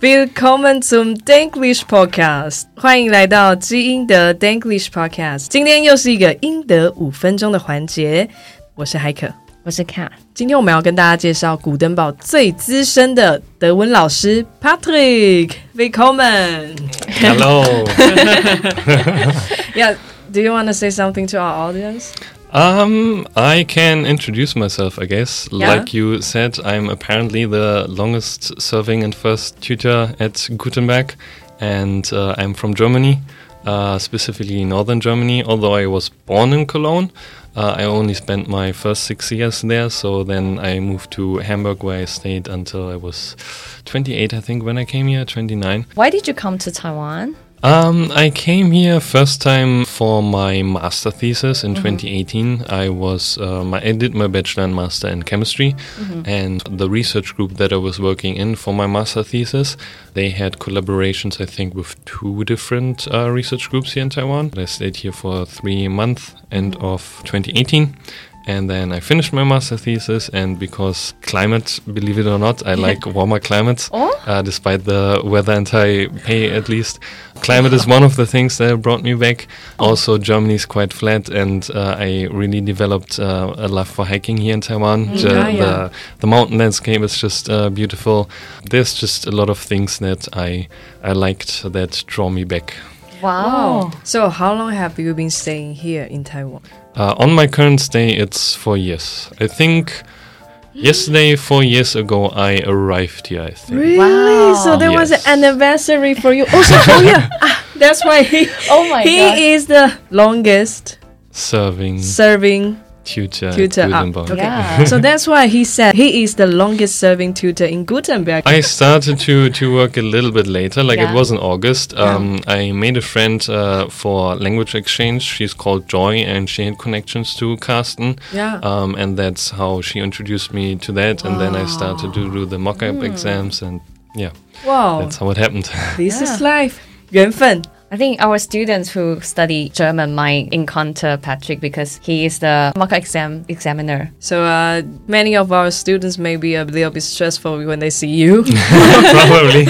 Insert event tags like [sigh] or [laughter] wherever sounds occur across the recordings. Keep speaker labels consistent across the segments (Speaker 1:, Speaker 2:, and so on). Speaker 1: Willkommen zum Denglish Podcast，欢迎来到基因的 Denglish Podcast。今天又是一个英德五分钟的环节，我是海可。
Speaker 2: 我是 Cat，
Speaker 1: 今天我们要跟大家介绍古登堡最资深的德文老师 Patrick。Willkommen。
Speaker 3: Hello.
Speaker 1: Yeah, do you want to say something to our audience?
Speaker 3: um, I can introduce myself, I guess.
Speaker 1: Yeah.
Speaker 3: Like you said, I'm apparently the longest serving and first tutor at Gutenberg, and uh, I'm from Germany, uh, specifically northern Germany. Although I was born in Cologne, uh, I only spent my first six years there, so then I moved to Hamburg, where I stayed until I was 28, I think, when I came here, 29.
Speaker 2: Why did you come to Taiwan?
Speaker 3: Um, I came here first time for my master thesis in 2018. I was um, I did my bachelor and master in chemistry, and the research group that I was working in for my master thesis, they had collaborations I think with two different uh, research groups here in Taiwan. I stayed here for three months, end of 2018. And then I finished my master thesis, and because climate, believe it or not, I like warmer climates
Speaker 2: Oh.
Speaker 3: uh, despite the weather in Taipei at least. Climate is one of the things that brought me back. Also, Germany is quite flat, and uh, I really developed uh, a love for hiking here in Taiwan. Ju-
Speaker 1: Mm, yeah, yeah.
Speaker 3: The, the mountain landscape is just uh, beautiful. There's just a lot of things that I I liked that draw me back.
Speaker 2: Wow.
Speaker 1: So, how long have you been staying here in Taiwan?
Speaker 3: Uh, on my current stay, it's four years. I think yesterday, four years ago, I arrived here. I think.
Speaker 1: Really?
Speaker 2: Wow.
Speaker 1: So there was
Speaker 3: Yes.
Speaker 1: an anniversary for you.
Speaker 3: [laughs]
Speaker 1: Also, oh yeah, ah, that's why he
Speaker 2: [laughs] Oh my
Speaker 1: he
Speaker 2: god.
Speaker 1: is the longest
Speaker 3: Serving
Speaker 1: serving
Speaker 3: tutor, at
Speaker 1: tutor. Ah,
Speaker 3: Gutenberg.
Speaker 1: okay.
Speaker 2: [laughs]
Speaker 3: [laughs]
Speaker 2: Yeah.
Speaker 1: So that's why he said he is the longest serving tutor in
Speaker 3: [laughs]
Speaker 1: Gutenberg.
Speaker 3: I started to to work a little bit later, like
Speaker 2: Yeah.
Speaker 3: it was in August. Um, I made a friend uh, for language exchange. She's called Joy, and she had connections to Carsten.
Speaker 1: Yeah.
Speaker 3: Um, and that's how she introduced me to that. And then I started to do the mock-up
Speaker 2: Mm.
Speaker 3: exams, and yeah,
Speaker 2: Oh.
Speaker 1: wow,
Speaker 3: that's how it
Speaker 2: [laughs]
Speaker 3: happened. [laughs]
Speaker 1: this is
Speaker 2: Yeah.
Speaker 1: life. 缘分.
Speaker 2: I think our students who study German might encounter Patrick because he is the mock exam examiner.
Speaker 1: So uh, many of our students may be a little bit stressful when they see you.
Speaker 2: [laughs]
Speaker 3: Probably.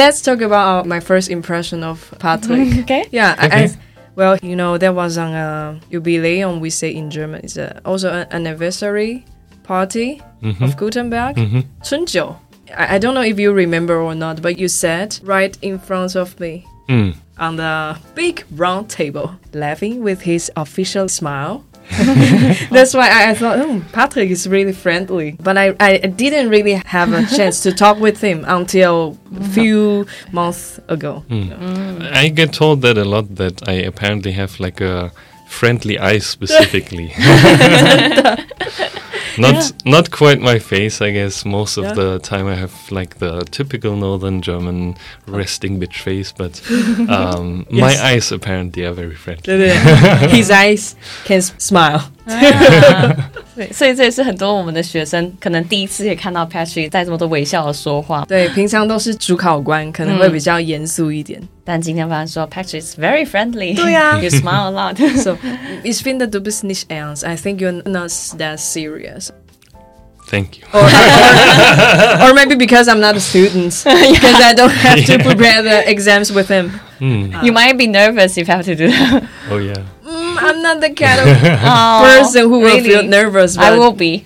Speaker 1: Let's talk about our, my first impression of Patrick.
Speaker 2: Okay.
Speaker 1: Yeah, I, I,
Speaker 3: Okay.
Speaker 1: well, you know, there was an uh, jubileum, we say in German, it's uh also an anniversary party of Gutenberg, Chunjiu. I, I don't know if you remember or not, but you sat right in front of me
Speaker 3: Mm.
Speaker 1: on the big round table, laughing with his official smile. That's why I, I thought, oh, Patrick is really friendly. But I, I didn't really have a chance to talk with him until a few months ago.
Speaker 3: I get told that a lot. That I apparently have like a friendly eye specifically. [laughs] not not quite my face, I guess. Most of
Speaker 1: Yeah.
Speaker 3: the time, I have like the typical northern German resting bitch face, but um,
Speaker 1: Yes.
Speaker 3: my eyes apparently are very friendly.
Speaker 1: his eyes can s- smile.
Speaker 2: 对，所以这也是很多我们的学生可能第一次也看到 Patrick 带这么多微笑的说话，
Speaker 1: 对，平常都是主考官，可能会比较严肃一点。
Speaker 2: 但今天发现说 Patrick is very [laughs] friendly。
Speaker 1: 对啊
Speaker 2: ，You smile a [laughs] lot。
Speaker 1: So, ich finde, du bist nicht ernst. I think you're not that serious.
Speaker 3: Thank you.
Speaker 1: Or, or maybe because I'm not a student, [laughs] because I don't have to prepare the exams with him.
Speaker 2: You might be nervous if you have to do that.
Speaker 3: Hmm. Oh yeah.
Speaker 1: Mm, I'm not the kind of
Speaker 2: [laughs] Oh,
Speaker 1: person who will feel
Speaker 2: really?
Speaker 1: nervous.
Speaker 2: I
Speaker 1: but- [laughs]
Speaker 2: will be.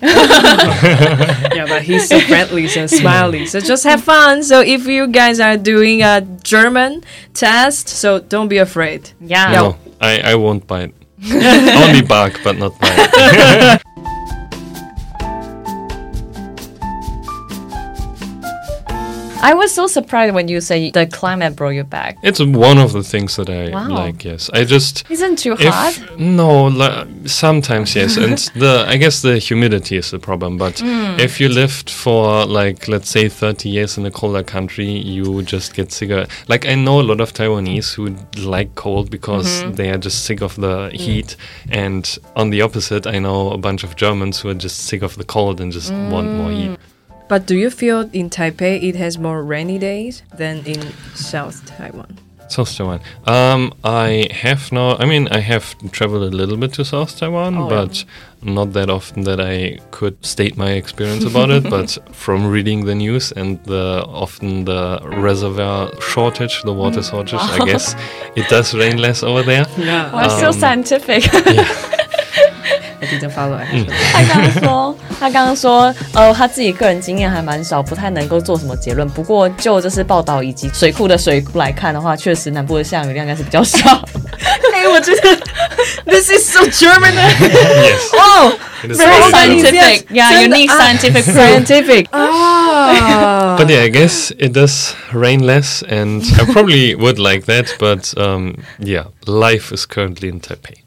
Speaker 1: Yeah, but he's so friendly, so smiley. So just have fun. So if you guys are doing a German test, so don't be afraid.
Speaker 2: [laughs] Yeah.
Speaker 3: No, I, I won't bite. [laughs] Only bark, but not bite.
Speaker 2: I was so surprised when you say the climate brought you back.
Speaker 3: It's one of the things that I
Speaker 2: Wow.
Speaker 3: like. Yes, I just.
Speaker 2: Isn't too hard?
Speaker 3: If, no, li- sometimes yes, and the I guess the humidity is the problem. But if you lived for like let's say thirty years in a colder country, you just get sicker. Like I know a lot of Taiwanese who like cold because they are just sick of the heat, and on the opposite, I know a bunch of Germans who are just sick of the cold and just want more heat.
Speaker 1: But do you feel in Taipei it has more rainy days than in South Taiwan?
Speaker 3: South Taiwan. Um, I have now. I mean, I have traveled a little bit to South Taiwan,
Speaker 1: Oh, yeah.
Speaker 3: but not that often that I could state my experience
Speaker 1: [laughs]
Speaker 3: about it. But from reading the news and the often the reservoir shortage, the
Speaker 1: Mm.
Speaker 3: water shortage,
Speaker 1: [laughs]
Speaker 3: I guess it does rain less over there.
Speaker 1: Yeah,
Speaker 2: Well, so scientific.
Speaker 1: I didn't follow actually.
Speaker 2: 他刚刚说，他刚刚说，呃，他自己个人经验还蛮少，不太能够做什么结论。不过就这次报道以及水库的水来看的话，确实南部的降雨量应该是比较少。
Speaker 1: hey, what you This is so German.
Speaker 3: yes.
Speaker 2: 哦
Speaker 1: oh,
Speaker 3: It is
Speaker 1: Very funny.
Speaker 3: very good.
Speaker 1: scientific. Yeah, you need
Speaker 2: scientific
Speaker 1: scientific. Ah.
Speaker 3: But yeah, I guess it does rain less, and I probably would like that. But um, yeah, life is currently in Taipei.